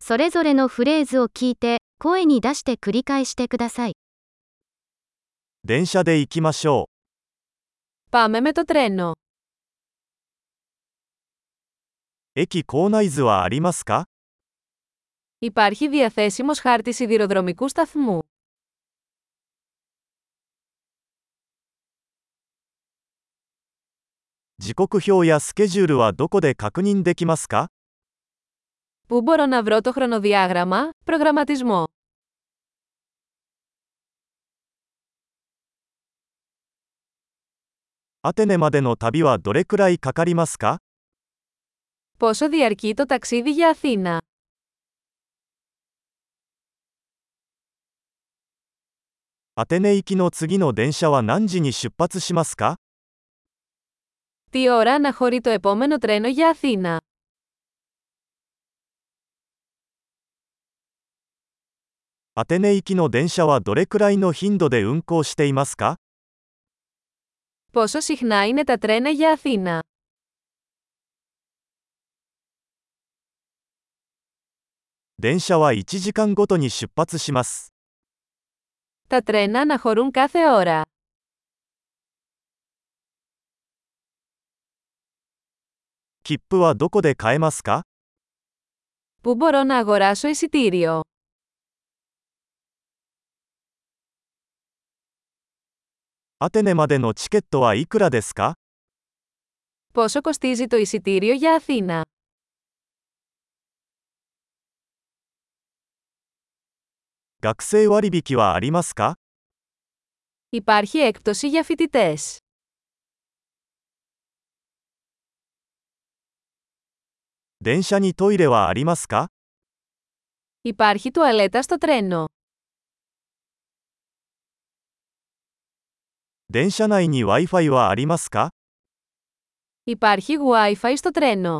それぞれのフレーズを聞いて、声に出して繰り返してください。電車で行きましょう。 Πάμε με το τρένο. 駅構内図はありますか Υπάρχει διαθέσιμος χάρτης σιδηροδρομικού σταθμού. 時刻表やスケジュールはどこで確認できますか Πού μπορώ να βρω το χρονοδιάγραμμα, προγραμματισμό. アテネまでの旅はどれくらいかかりますか Πόσο διαρκεί το ταξίδι για Αθήνα. アテネ行きの次の電車は何時に出発しますか Τι ώρα αναχωρεί το επόμενο τρένο για Αθήνα. アテネ行きの電車はどれくらいの頻度で運行していますか Πόσο συχνά είναι τα τρένα για Αθήνα. 電車は1時間ごとに出発します。 Τα τρένα αναχωρούν κάθε ώρα. 切符はどこで買えますか Πού μπορώ να αγοράσω εισιτήριο. アテネまでのチケットはいくらですか Πόσο κοστίζει το εισιτήριο για Αθήνα. 学生割引はありますか Υπάρχει έκπτωση για φοιτητέ. 電車にトイレはありますか Υπάρχει τουαλέτα στο τρένο. 電車内に Wi-Fi はありますか Υπάρχει Wi-Fi στο τρένο.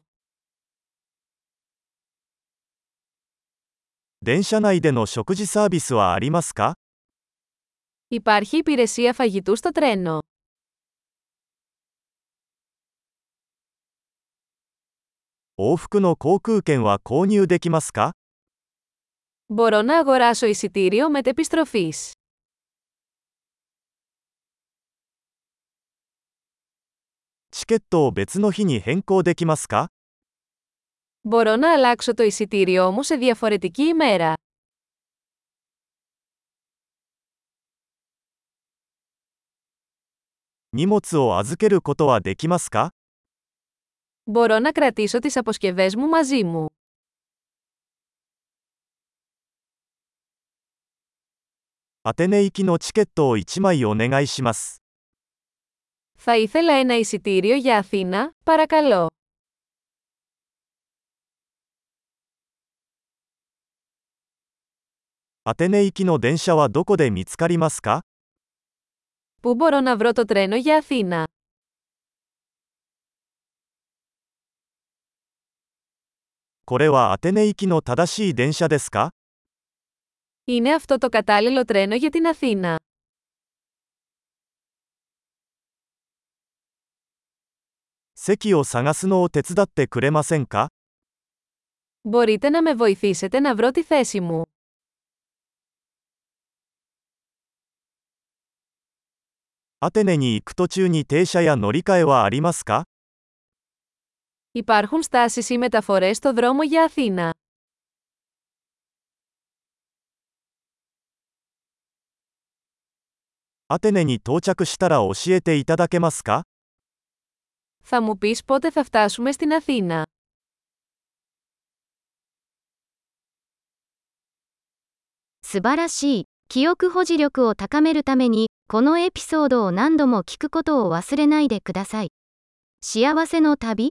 電車内での食事サービスはありますか Υπάρχει υπηρεσία φαγητού στο τρένο. 往復の航空券は購入できますか Μπορώ να αγοράσω εισιτήριο μετεπιστροφής. επιστροφής. チケットを別の日に変更できますか Μπορώ να αλλάξω το εισιτήριό μου σε διαφορετική ημέρα. 荷物を預けることはできますか Μπορώ να κρατήσω τις αποσκευές μου μαζί μου. アテネ行きのチケットを1枚お願いします。 Θα ήθελα ένα εισιτήριο για Αθήνα, παρακαλώ. アテネ行きの電車はどこで見つかりますか Πού μπορώ να βρω το τρένο για Αθήνα. これはアテネ行きの正しい電車ですか Είναι αυτό το κατάλληλο τρένο για την Αθήνα. 席を探すのを手伝ってくれませんか Μπορείτε να με βοηθήσετε να βρω τη θέση μου. アテネに行く途中に停車や乗り換えはありますか Υπάρχουν στάσεις ή μεταφορές στο δρόμο για Αθήνα. アテネに到着したら教えていただけますか Θα μου πεις πότε θα φτάσουμε στην Αθήνα. 素晴らしい。記憶保持力を高めるために、このエピソードを何度も聞くことを忘れないでください。幸せの旅